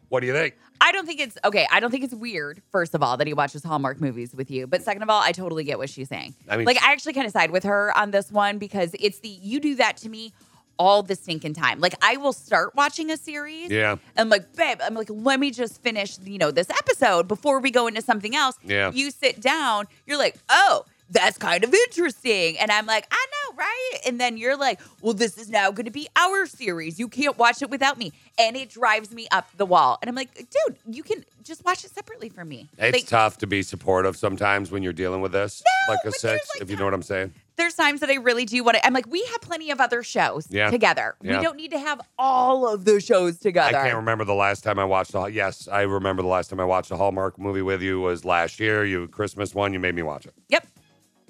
S1: What do you think?
S2: I don't think it's okay. I don't think it's weird, first of all, that he watches Hallmark movies with you. But second of all, I totally get what she's saying.
S1: I mean-
S2: like, I actually kind of side with her on this one because it's the you do that to me all the stinking time. Like, I will start watching a series.
S1: Yeah.
S2: I'm like, babe, I'm like, let me just finish, you know, this episode before we go into something else.
S1: Yeah.
S2: You sit down, you're like, oh, that's kind of interesting. And I'm like, I know, right? And then you're like, well, this is now going to be our series. You can't watch it without me. And it drives me up the wall. And I'm like, dude, you can just watch it separately from me.
S1: It's
S2: like,
S1: tough to be supportive sometimes when you're dealing with this. like a six, if you know what I'm saying.
S2: there's times that I really do want to. I'm like, we have plenty of other shows
S1: Yeah.
S2: together.
S1: Yeah.
S2: We don't need to have all of the shows
S1: I
S2: together.
S1: can't remember the last time I watched a. Yes, I remember the last time I watched a Hallmark movie with you was last year. You Christmas one, you made me watch it.
S2: Yep.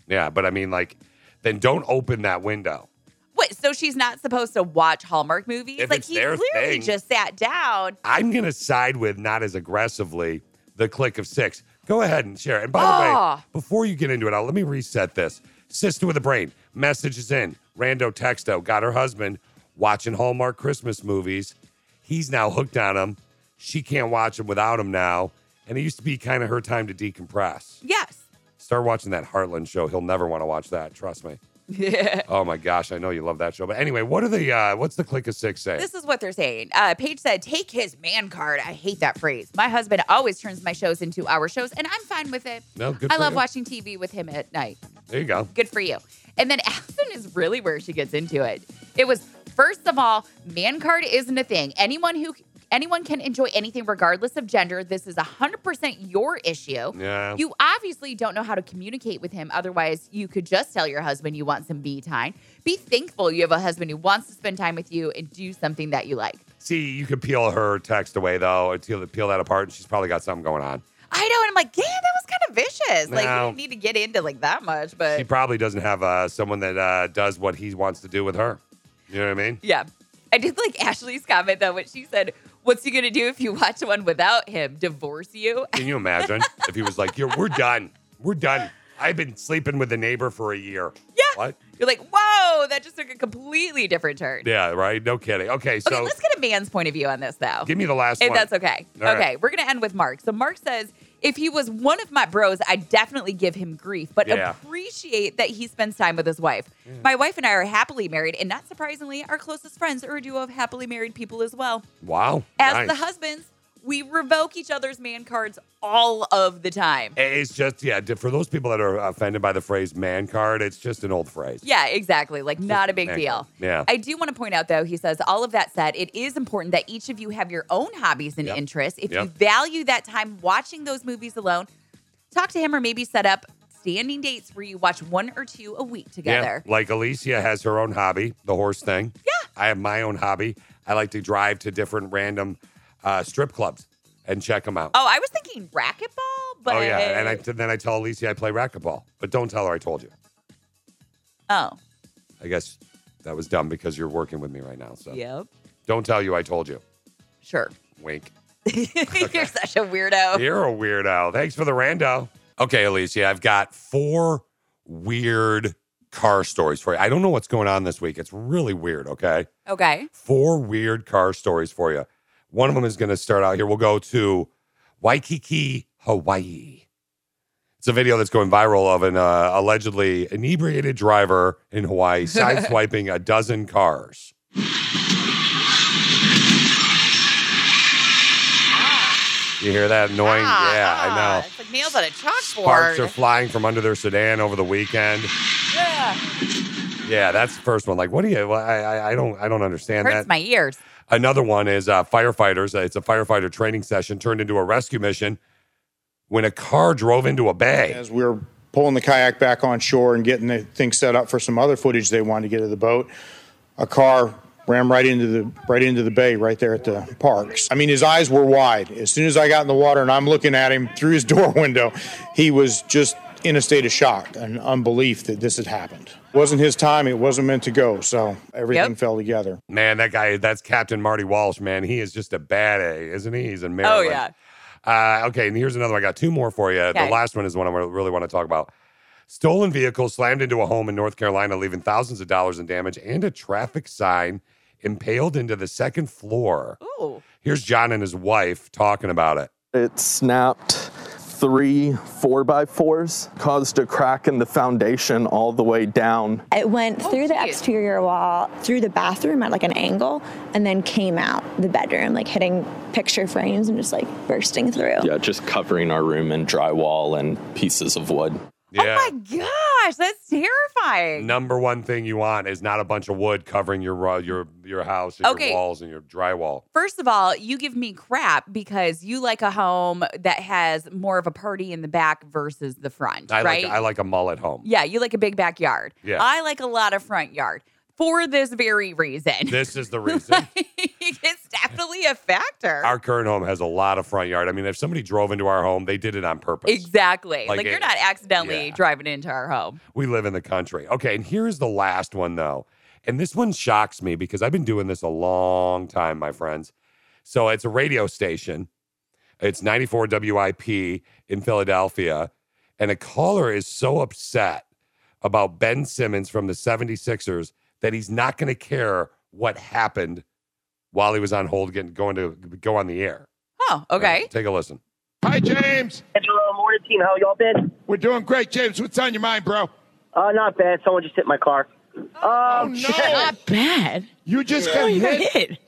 S1: Yeah, but I mean, like, then don't open that window.
S2: Wait, so she's not supposed to watch Hallmark movies?
S1: If
S2: like
S1: it's
S2: he
S1: their
S2: clearly
S1: thing.
S2: just sat down.
S1: I'm gonna side with not as aggressively the click of six. Go ahead and share. it. And by the
S2: Ah.
S1: way, before you get into it, I'll, let me reset this. Sister with a brain. Message is in. Rando texto got her husband watching Hallmark Christmas movies. He's now hooked on them. She can't watch them without him now. And it used to be kind of her time to decompress.
S2: Yes.
S1: Start watching that Heartland show. He'll never want to watch that. Trust me.
S2: Yeah.
S1: Oh my gosh, I know you love that show. But anyway, what are the uh, what's the click of six say?
S2: This is what they're saying. Uh, Paige said, take his man card. I hate that phrase. My husband always turns my shows into our shows, and I'm fine with it.
S1: No, good
S2: I
S1: for
S2: love
S1: you.
S2: watching TV with him at night.
S1: there you go.
S2: Good for you. And then Allison is really where she gets into it. It was, first of all, man card isn't a thing. Anyone who Anyone can enjoy anything regardless of gender. This is 100% your issue.
S1: Yeah.
S2: You obviously don't know how to communicate with him. Otherwise, you could just tell your husband you want some me time. Be thankful you have a husband who wants to spend time with you and do something that you like.
S1: See, you could peel her text away though, or peel, peel that apart, and she's probably got something going on.
S2: I know, and I'm like, yeah, that was kind of vicious. Like,
S1: No.
S2: you didn't need to get into like that much, but
S1: He probably doesn't have uh, someone that uh, does what he wants to do with her. You know what I mean?
S2: yeah. I did like Ashley's comment though, when she said, "What's he gonna do if you watch one without him? Divorce you?" [laughs]
S1: Can you imagine if he was like, "You're, we're done, we're done. I've been sleeping with the neighbor for a year." Yeah. What?
S2: You're like, "Whoa, that just took a completely different turn."
S1: Yeah. Right. No kidding. Okay. So
S2: okay, let's get a man's point of view on this though.
S1: give me the last
S2: if
S1: one.
S2: that's okay.
S1: All right.
S2: okay, we're gonna end with Mark. So Mark says, if he was one of my bros, I'd definitely give him grief, but
S1: Yeah. Mm.
S2: appreciate that he spends time with his wife. My wife and I are happily married, and not surprisingly, our closest friends are a duo of happily married people as well.
S1: Wow.
S2: As
S1: nice.
S2: the husbands, we revoke each other's man cards all of the time.
S1: It's just yeah. For those people that are offended by the phrase "man card," it's just an old phrase.
S2: Yeah, exactly. Like, not a big
S1: man
S2: deal.
S1: card. Yeah.
S2: I do want to point out, though, he says, all of that said, it is important that each of you have your own hobbies and
S1: Yep.
S2: interests. If you
S1: Yep.
S2: value that time watching those movies alone, talk to him or maybe set up standing dates where you watch one or two a week together.
S1: Yeah, like Alicia has her own hobby, the horse thing. Yeah. I have my own hobby. I like to drive to different random uh, strip clubs and check them out.
S2: Oh, I was thinking racquetball, but.
S1: oh yeah, and I, then I tell Alicia I play racquetball, but don't tell her I told you.
S2: Oh,
S1: I guess that was dumb because you're working with me right now. So
S2: yep.
S1: don't tell you I told you.
S2: Sure. [laughs]
S1: Wink.
S2: You're such a weirdo.
S1: You're a weirdo. Thanks for the rando. Okay, Alicia, I've got four weird car stories for you. I don't know what's going on this week. It's really weird. Okay.
S2: Okay.
S1: four weird car stories for you. One of them is going to start out here. We'll go to Waikiki, Hawaii. It's a video that's going viral of an uh, allegedly inebriated driver in Hawaii sideswiping a dozen cars. You hear that annoying?
S2: Ah,
S1: yeah,
S2: ah,
S1: I know.
S2: It's like nails on a
S1: Sparks are
S2: chalkboard.
S1: flying from under their sedan over the weekend.
S2: Yeah.
S1: Yeah, that's the first one. Like, what do you? well, I, I, I don't, I don't understand
S2: Hurts
S1: that.
S2: my ears.
S1: Another one is uh, firefighters. Uh, It's a firefighter training session turned into a rescue mission when a car drove into a bay.
S12: As we were pulling the kayak back on shore and getting the thing set up for some other footage they wanted to get of the boat, a car ram right into the right into the bay right there at the parks. I mean, his eyes were wide. As soon as I got in the water and I'm looking at him through his door [laughs] window, he was just in a state of shock and unbelief that this had happened. It wasn't his time. It wasn't meant to go. So everything fell together.
S1: Man, that guy, that's Captain Marty Walsh, man. He is just a bad A, isn't he? He's in
S2: Oh,
S1: Maryland.
S2: yeah.
S1: yeah. Uh, okay, and here's another one. I got two more for you.
S2: Okay.
S1: The last one is one I wa- really want to talk about. Stolen vehicle slammed into a home in North Carolina, leaving thousands of dollars in damage and a traffic sign impaled into the second floor.
S2: Ooh.
S1: Here's John and his wife talking about it.
S14: It snapped three four by fours, caused a crack in the foundation all the way down.
S15: It went through the exterior wall, through the bathroom at like an angle, and then came out the bedroom, like hitting picture frames and just like bursting through.
S14: Yeah, just covering our room in drywall and pieces of wood.
S2: Oh,
S1: Yeah.
S2: Gosh, that's terrifying.
S1: Number one thing you want is not a bunch of wood covering your uh, your your house and
S2: Okay.
S1: your walls and your drywall.
S2: First of all, you give me crap because you like a home that has more of a party in the back versus the front,
S1: I
S2: right?
S1: like I like a mullet home.
S2: yeah, [laughs] you like a big backyard.
S1: Yeah.
S2: I like a lot of front yard for this very reason.
S1: This is the reason.
S2: [laughs] it's definitely a factor.
S1: our current home has a lot of front yard. I mean, if somebody drove into our home, they did it on purpose.
S2: exactly. Like,
S1: Like
S2: you're
S1: it-
S2: not accidentally
S1: yeah.
S2: driving into our home.
S1: We live in the country. Okay, and here is the last one though. And this one shocks me because I've been doing this a long time, my friends. So it's a radio station. It's 94 WIP in Philadelphia. And a caller is so upset about Ben Simmons from the 76ers that he's not going to care what happened while he was on hold getting going to go on the air.
S2: Oh, okay.
S1: Take a listen.
S16: Hi, James. Angelo uh, Morning team. How y'all been? We're doing great, James. What's on your mind, bro? Uh, not bad. Someone just hit my car. Oh, no. Not bad. You just got, hit?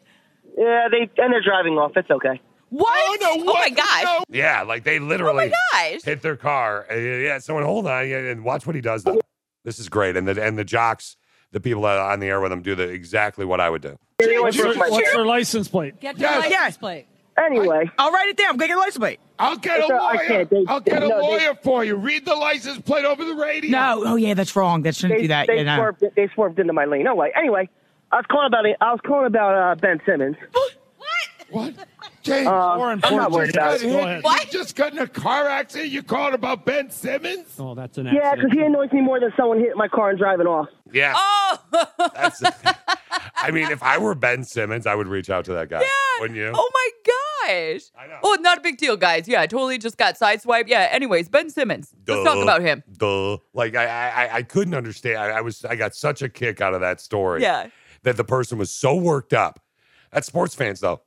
S16: Yeah, they and they're driving off. It's okay.
S2: What? Oh, my gosh.
S1: Yeah, like
S17: Oh
S1: they literally
S2: gosh.
S1: hit their car. Uh, Yeah, someone hold on yeah, and watch what he does. Though. This is great, and the and the jocks, the people that are on the air with him, do the exactly what I would do.
S18: What's your, what's your license plate?
S17: Get your license plate. Anyway. I, will write it down. Get your license plate.
S16: I'll get a
S17: It's
S16: lawyer.
S17: all- I can't. They-
S16: I'll get a
S17: no, they-
S16: lawyer for you. Read the license plate over the radio.
S17: No. Oh, yeah, that's wrong. That shouldn't
S16: They-
S17: do that.
S16: they
S17: you know.
S16: swerved-
S17: they
S16: swerved into my lane. No way. Anyway,
S17: I was calling about it. I was calling about uh, Ben Simmons.
S16: What? James,
S18: Uh,
S16: Warren,
S18: I'm not
S16: you
S18: worried
S16: just
S18: about
S16: got
S18: it.
S16: hit-
S18: Go ahead.
S16: You just got in a car accident. You called about Ben Simmons?
S18: Oh, that's an
S19: Yeah, because
S18: accident.
S19: he annoys me more than someone hitting my car and driving off.
S1: Yeah.
S2: [laughs]
S1: Oh. That's, I mean, if I were Ben Simmons, I would reach out to that guy. Yeah. Wouldn't you?
S2: Oh my gosh. Oh, not a big deal, guys. Yeah, I totally just got sideswiped. Yeah, anyways, Ben Simmons.
S1: Duh.
S2: Let's talk about him.
S1: Duh. Like I, I, I- I couldn't understand. I, I was, I got such a kick out of that story.
S2: Yeah.
S1: That the person was so worked up. That's sports fans though.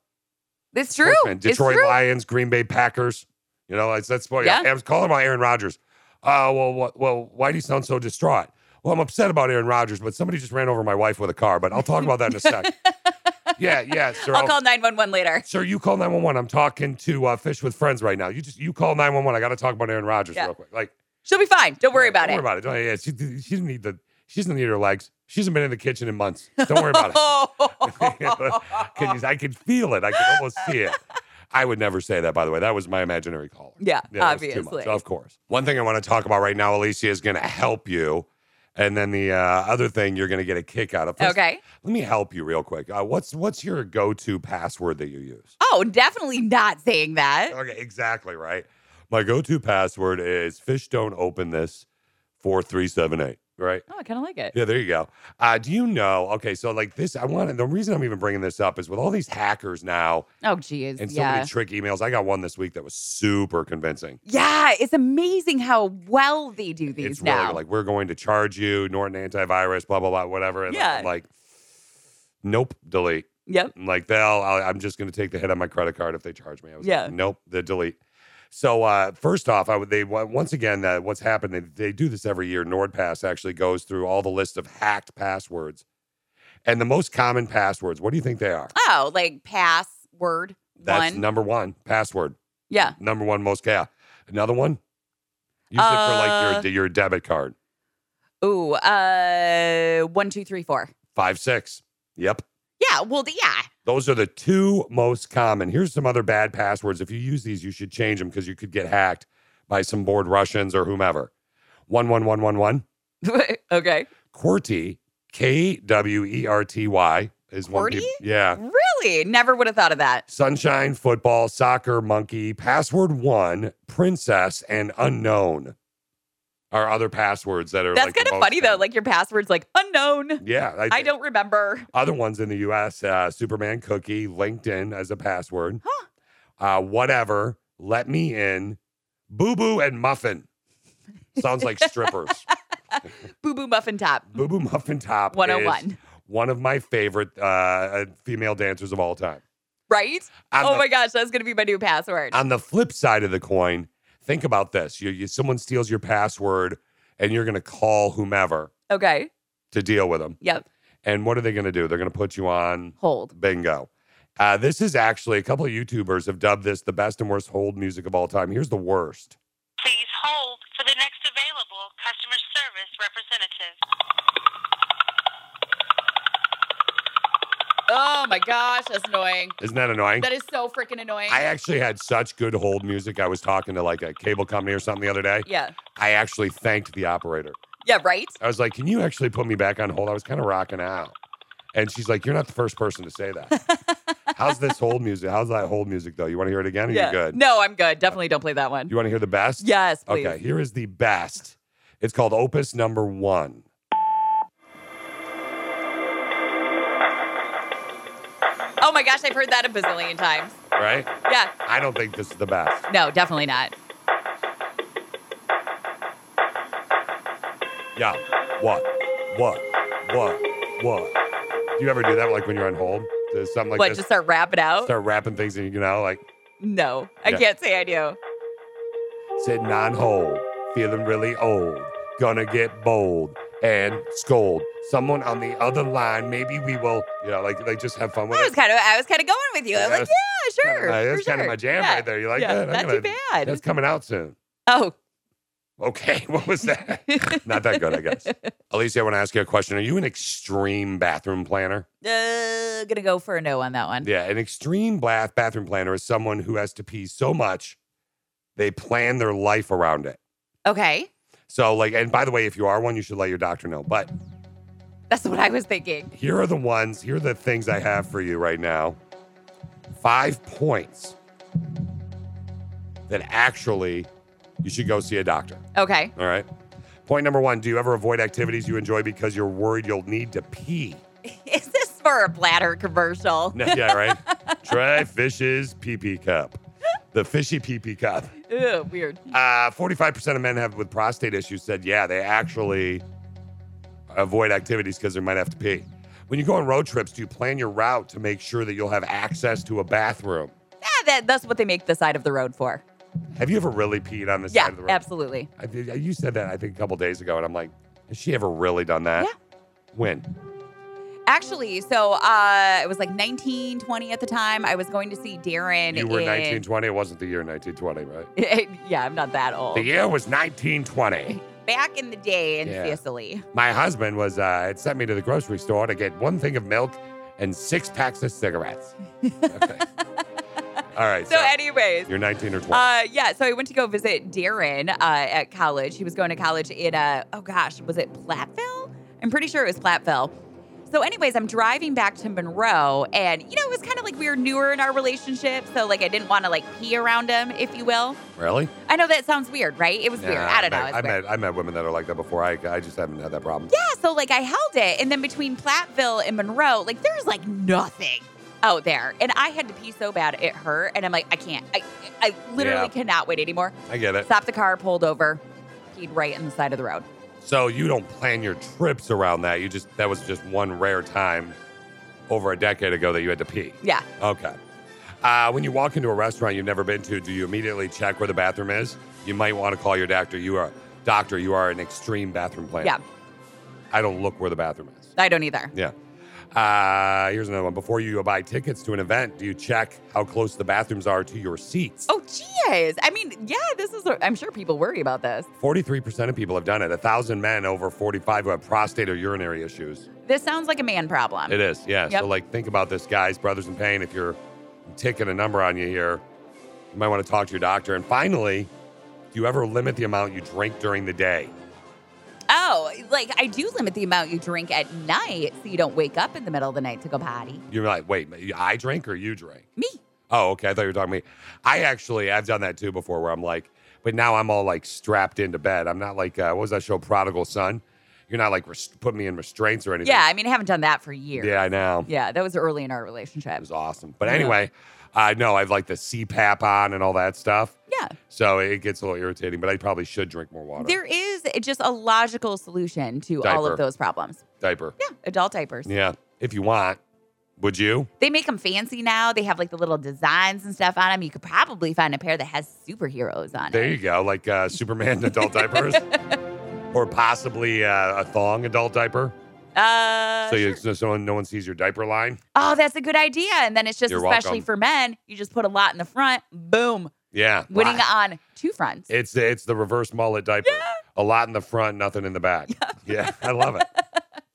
S2: It's true.
S1: Man,
S2: It's
S1: Detroit
S2: true.
S1: Lions, Green Bay Packers. You know, it's, that's what
S2: Yeah.
S1: I was calling about Aaron Rodgers. Oh, well, what, well, why do you sound so distraught? Well, I'm upset about Aaron Rodgers, but somebody just ran over my wife with a car. But I'll talk about that in a
S2: [laughs]
S1: sec. yeah, yeah, sir.
S2: I'll call 911 later.
S1: Sir, you call 911. I'm talking to uh, Fish with Friends right now. You just you call 911. I got to talk about Aaron Rodgers
S2: Yeah.
S1: real quick. Like,
S2: She'll be fine. Don't worry about
S1: don't worry about
S2: it.
S1: it. Don't- yeah, she, she doesn't need the she doesn't need her legs. She hasn't been in the kitchen in months. Don't worry about
S2: [laughs]
S1: it. Can you- I can feel it. I can almost see it. I would never say that, by the way. That was my imaginary caller.
S2: Yeah,
S1: that was too much.
S2: obviously.
S1: Of course. One thing I want to talk about right now, Alicia, is going to help you. And then the uh, other thing you're going to get a kick out of. First,
S2: Okay.
S1: Let me help you real quick. Uh, what's what's your go-to password that you use?
S2: Oh, definitely not saying that.
S1: Okay, exactly right. My go-to password is fish don't open this 4378, right?
S2: Oh, I kind of like it.
S1: Yeah, there you go. Uh, do you know? Okay, so like this, I want the reason I'm even bringing this up is with all these hackers now
S2: Oh, geez.
S1: and so
S2: yeah.
S1: many trick emails. I got one this week that was super convincing.
S2: yeah, it's amazing how well they do these
S1: It's really
S2: now.
S1: like we're going to charge you Norton antivirus, blah blah blah, whatever. And
S2: Yeah.
S1: I'm like, nope, delete.
S2: Yep.
S1: I'm like they'll, I'll, I'm just going to take the hit on my credit card if they charge me. I was
S2: Yeah.
S1: like, nope, the delete. So uh, first off, I would they once again uh, what's happened? They, they do this every year. NordPass actually goes through all the list of hacked passwords, and the most common passwords. What do you think they are?
S2: oh, like password
S1: That's
S2: one.
S1: number one password.
S2: yeah.
S1: Number one most yeah. Another one. Use it for like
S2: Uh,
S1: your your debit card.
S2: Ooh, uh, one, two, three, four.
S1: Five six. Yep.
S2: Yeah. Well, th- yeah. [laughs]
S1: Those are the two most common. Here's some other bad passwords. If you use these, you should change them because you could get hacked by some bored Russians or whomever. 11111.
S2: okay.
S1: QWERTY, K W E R T Y is one.
S2: QWERTY?
S1: peop- Yeah.
S2: Really? Never would have thought of that.
S1: Sunshine, football, soccer, monkey, password one, princess, and unknown are other passwords that are
S2: That's
S1: like
S2: kind of funny though. Like your password's like unknown.
S1: Yeah.
S2: I, don't remember.
S1: Other ones in the US, uh, Superman cookie, LinkedIn as a password. Uh, whatever, let me in, boo boo and muffin. Sounds like strippers.
S2: Boo boo muffin top.
S1: boo boo muffin top. is
S2: 101.
S1: One of my favorite uh, uh, female dancers of all time.
S2: Right?
S1: I'm
S2: oh
S1: the-
S2: my gosh, that's gonna be my new password.
S1: On the flip side of the coin, think about this. You, you someone steals your password and you're going to call whomever
S2: okay.
S1: to deal with them.
S2: Yep.
S1: And what are they going to do? They're going to put you on
S2: Hold.
S1: Bingo. Uh, this is actually a couple of YouTubers have dubbed this the best and worst hold music of all time. Here's the worst.
S2: Oh my gosh, that's
S1: [laughs]
S2: annoying.
S1: Isn't that annoying?
S2: That is so freaking annoying.
S1: I actually had such good hold music. I was talking to like a cable company or something the other day.
S2: Yeah.
S1: I actually thanked the operator.
S2: Yeah, right?
S1: I was like, "Can you actually put me back on hold? I was kind of rocking out." And she's like, "You're not the first person to say that."
S2: [laughs]
S1: How's this hold music? How's that hold music though? You want to hear it again? Or
S2: yeah.
S1: You good?
S2: No, I'm good. Definitely don't play that one.
S1: You want to hear the best?
S2: Yes, please.
S1: Okay, here is the best. It's called Opus Number One.
S2: Oh my gosh, I've heard that a bazillion times.
S1: Right?
S2: Yeah.
S1: I don't think this is the best.
S2: No, definitely not.
S1: Yeah. What? What? What? What? Do you ever do that like when you're on hold? Does something like
S2: what,
S1: this?
S2: just start rapping out?
S1: start rapping things and you know, like
S2: no. I
S1: Yeah.
S2: can't say I do.
S1: sitting on hold, feeling really old, gonna get bold and scold. Someone on the other line, maybe we will, you know, like like just have fun with
S2: I was
S1: it.
S2: kind of I was kind of going with you. I was
S1: Yeah,
S2: like,
S1: that's-
S2: yeah, sure.
S1: Uh, that's
S2: for
S1: kind of
S2: sure.
S1: my jam
S2: Yeah.
S1: right there. You like
S2: Yeah,
S1: that? I'm
S2: Not
S1: gonna-
S2: too bad.
S1: That's coming out soon.
S2: oh,
S1: Okay, [laughs] what was
S2: [laughs]
S1: that? Not that good, I guess. Alicia, I want to ask you a question. Are you an extreme bathroom planner?
S2: uh, gonna go for a no on that one.
S1: Yeah, an extreme bath bathroom planner is someone who has to pee so much they plan their life around it.
S2: Okay,
S1: So, like, and by the way, if you are one, you should let your doctor know. But
S2: that's what I was thinking.
S1: here are the ones, here are the things I have for you right now five points, then actually you should go see a doctor.
S2: Okay. [laughs]
S1: All right. Point number one Do you ever avoid activities you enjoy because you're worried you'll need to pee? [laughs]
S2: Is this for a bladder commercial?
S1: No, yeah, right? Try fish's pee pee cup. The fishy pee pee cup.
S2: Ew, weird.
S1: Uh, 45% of men have with prostate issues said, yeah, they actually avoid activities because they might have to pee. When you go on road trips, do you plan your route to make sure that you'll have access to a bathroom?
S2: Yeah, that, that's what they make the side of the road for.
S1: Have you ever really peed on this
S2: yeah,
S1: side of the road?
S2: absolutely.
S1: I, did- you said that, I think, a couple days ago, and I'm like, has she ever really done that? Yeah. When?
S2: Actually, so uh, it was like 19, 20 at the time. I was going to see Darren.
S1: you were
S2: in-
S1: 1920. It wasn't the year 1920, right?
S2: [laughs] yeah, I'm not that old.
S1: The year was 1920.
S2: Back in the day in
S1: Yeah.
S2: Sicily.
S1: My husband was uh, had sent me to the grocery store to get one thing of milk and six packs of
S2: [laughs]
S1: cigarettes. Okay. All right.
S2: So, anyways,
S1: you're 19 or 20.
S2: Uh, yeah, so I went to go visit Darren uh, at college. He was going to college in, uh, oh gosh, was it Platteville? I'm pretty sure it was Platteville. So, anyways, I'm driving back to Monroe, and you know, it was kind of like we were newer in our relationship, so like I didn't want to like pee around him, if you will.
S1: really?
S2: I know that sounds weird, right? It was weird.
S1: Nah,
S2: I don't know.
S1: met-
S2: It's
S1: I
S2: weird.
S1: met I met women that are like that before. I I just haven't had that problem.
S2: Yeah, so like I held it, and then between Platteville and Monroe, like there's like nothing out there, and I had to pee so bad it hurt, and I'm like, I can't, I, I literally
S1: Yeah.
S2: cannot wait anymore.
S1: I get it.
S2: Stopped the car, pulled over, peed right in the side of the road.
S1: So you don't plan your trips around that. You just that was just one rare time over a decade ago that you had to pee.
S2: Yeah,
S1: Okay. Uh, when you walk into a restaurant you've never been to, do you immediately check where the bathroom is? You might want to call your doctor. You are doctor. You are an extreme bathroom planner.
S2: yeah,
S1: I don't look where the bathroom is.
S2: I don't either.
S1: Yeah. Uh, here's another one. Before you buy tickets to an event, do you check how close the bathrooms are to your seats?
S2: Oh, geez. I mean, yeah, this is. A, I'm sure people worry about this.
S1: 43% of people have done it. A thousand men over 45 who have prostate or urinary issues.
S2: This sounds like a man problem.
S1: It is, yeah.
S2: Yep.
S1: So, like, think about this, guys, brothers in pain. If you're taking a number on you here, you might want to talk to your doctor. And finally, do you ever limit the amount you drink during the day?
S2: Oh, like I do limit the amount you drink at night, so you don't wake up in the middle of the night to go potty.
S1: You're like, wait, I drink or you drink?
S2: Me.
S1: Oh, okay. I thought you were talking to me. I actually, I've done that too before where I'm like, but now I'm all like strapped into bed. I'm not like, uh, what was that show, Prodigal Son? You're not like rest- putting me in restraints or anything.
S2: Yeah, I mean, I haven't done that for years.
S1: Yeah, I know.
S2: Yeah, that was early in our relationship. It
S1: was awesome. But anyway, uh, no, I've like the CPAP on and all that stuff.
S2: Yeah.
S1: So it gets a little irritating, but I probably should drink more water.
S2: There is just a logical solution to all
S1: Diaper.
S2: of those problems.
S1: Diaper.
S2: Yeah, adult diapers.
S1: Yeah. If you want, would you?
S2: They make them fancy now. They have like the little designs and stuff on them. You could probably find a pair that has superheroes on
S1: There
S2: it.
S1: you go. Like
S2: [laughs]
S1: uh, Superman adult diapers or possibly uh, a thong adult diaper.
S2: Uh,
S1: so, you, so someone, no one sees your diaper line.
S2: oh, that's a good idea. And then it's just,
S1: You're
S2: especially
S1: welcome.
S2: for men, you just put a lot in the front, boom,
S1: Yeah.
S2: winning
S1: Wow.
S2: on two fronts.
S1: It's it's the reverse mullet diaper. A lot in the front, nothing in the back. [laughs] Yeah, I love it.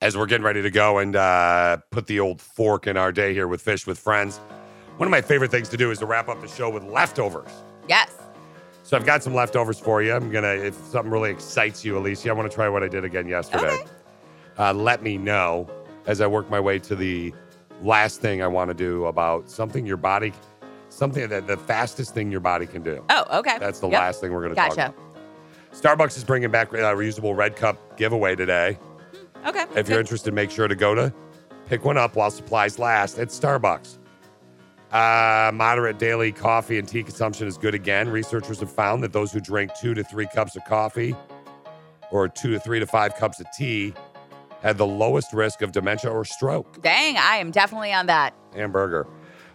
S1: As we're getting ready to go and uh, put the old fork in our day here with Fish with Friends, one of my favorite things to do is to wrap up the show with leftovers.
S2: Yes.
S1: So I've got some leftovers for you. I'm gonna if something really excites you, Alicia, I want to try what I did again yesterday. Uh, let me know as I work my way to the last thing I want to do about something your body, something that the fastest thing your body can do.
S2: Oh, okay.
S1: That's the
S2: Yep.
S1: last thing we're gonna talk
S2: gotcha.
S1: about. Starbucks is bringing back a reusable red cup giveaway today.
S2: Okay.
S1: If you're interested, make sure to go to pick one up while supplies last at Starbucks. Uh, moderate daily coffee and tea consumption is good again. Researchers have found that those who drink two to three cups of coffee or two to three to five cups of tea had the lowest risk of dementia or stroke.
S2: Dang, I am definitely on that.
S1: Hamburger.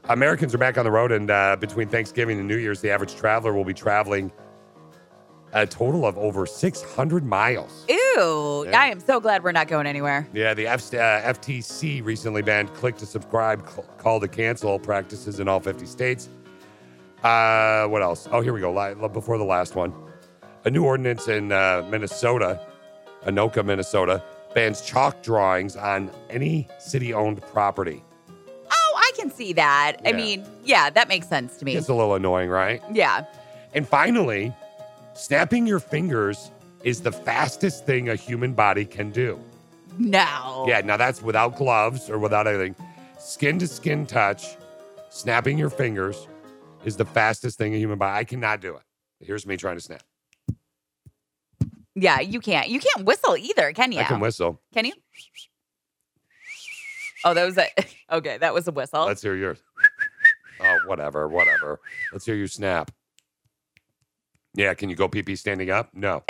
S1: Americans are back on the road, and uh, between Thanksgiving and New Year's, the average traveler will be traveling a total of over 600 miles.
S2: Ew,
S1: Yeah.
S2: I am so glad we're not going anywhere.
S1: Yeah, the F- uh, FTC recently banned click to subscribe, cl- call to cancel practices in all 50 states. Uh, what else? Oh, here we go. Li- li- Before the last one, a new ordinance in uh, Minnesota, Anoka, Minnesota, bans chalk drawings on any city owned property.
S2: Oh, I can see that. I
S1: Yeah.
S2: mean, yeah, that makes sense to me.
S1: It's a little annoying, right?
S2: Yeah.
S1: And finally, snapping your fingers is the fastest thing a human body can do.
S2: No.
S1: Yeah, now that's without gloves or without anything. Skin to skin touch. Snapping your fingers is the fastest thing a human body. I cannot do it. Here's me trying to snap.
S2: Yeah, you can't. You can't whistle either, can you?
S1: I can whistle.
S2: Can you? Oh, that was a [laughs] okay. That was a whistle.
S1: Let's hear yours. oh, whatever, whatever. Let's hear you snap. Yeah, can you go pee pee standing up? No.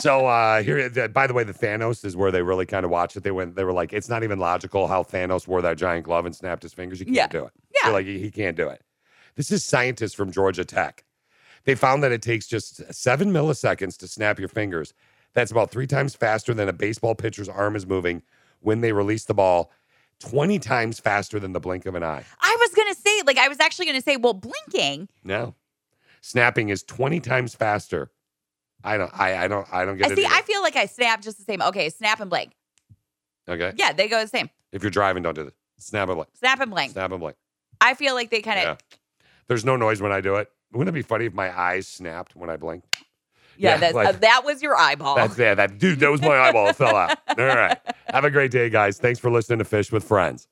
S1: so uh here th- by the way, the Thanos is where they really kind of watched it. They went they were like, it's not even logical how Thanos wore that giant glove and snapped his fingers. You can't
S2: Yeah.
S1: do it. Yeah. like he, he can't do it. This is scientists from Georgia Tech. They found that it takes just seven milliseconds to snap your fingers. That's about three times faster than a baseball pitcher's arm is moving when they release the ball, 20 times faster than the blink of an eye.
S2: I was gonna say, like, I was actually gonna say, well, blinking.
S1: No. Snapping is 20 times faster. I don't I, I don't I don't get
S2: I
S1: it.
S2: see.
S1: either.
S2: I feel like I snap just the same. Okay, snap and blink.
S1: okay.
S2: Yeah, they go the same.
S1: If you're driving, don't do this. Snap and blink.
S2: Snap and blink.
S1: Snap and blink.
S2: I feel like they kind of.
S1: Yeah. There's no noise when I do it. Wouldn't it be funny if my eyes snapped when I blinked?
S2: Yeah,
S1: Yeah,
S2: that's,
S1: like-
S2: uh, that was your eyeball.
S1: That's
S2: [laughs]
S1: yeah, that dude, that was my eyeball. It fell out. All right. Have a great day, guys. Thanks for listening to Fish with Friends.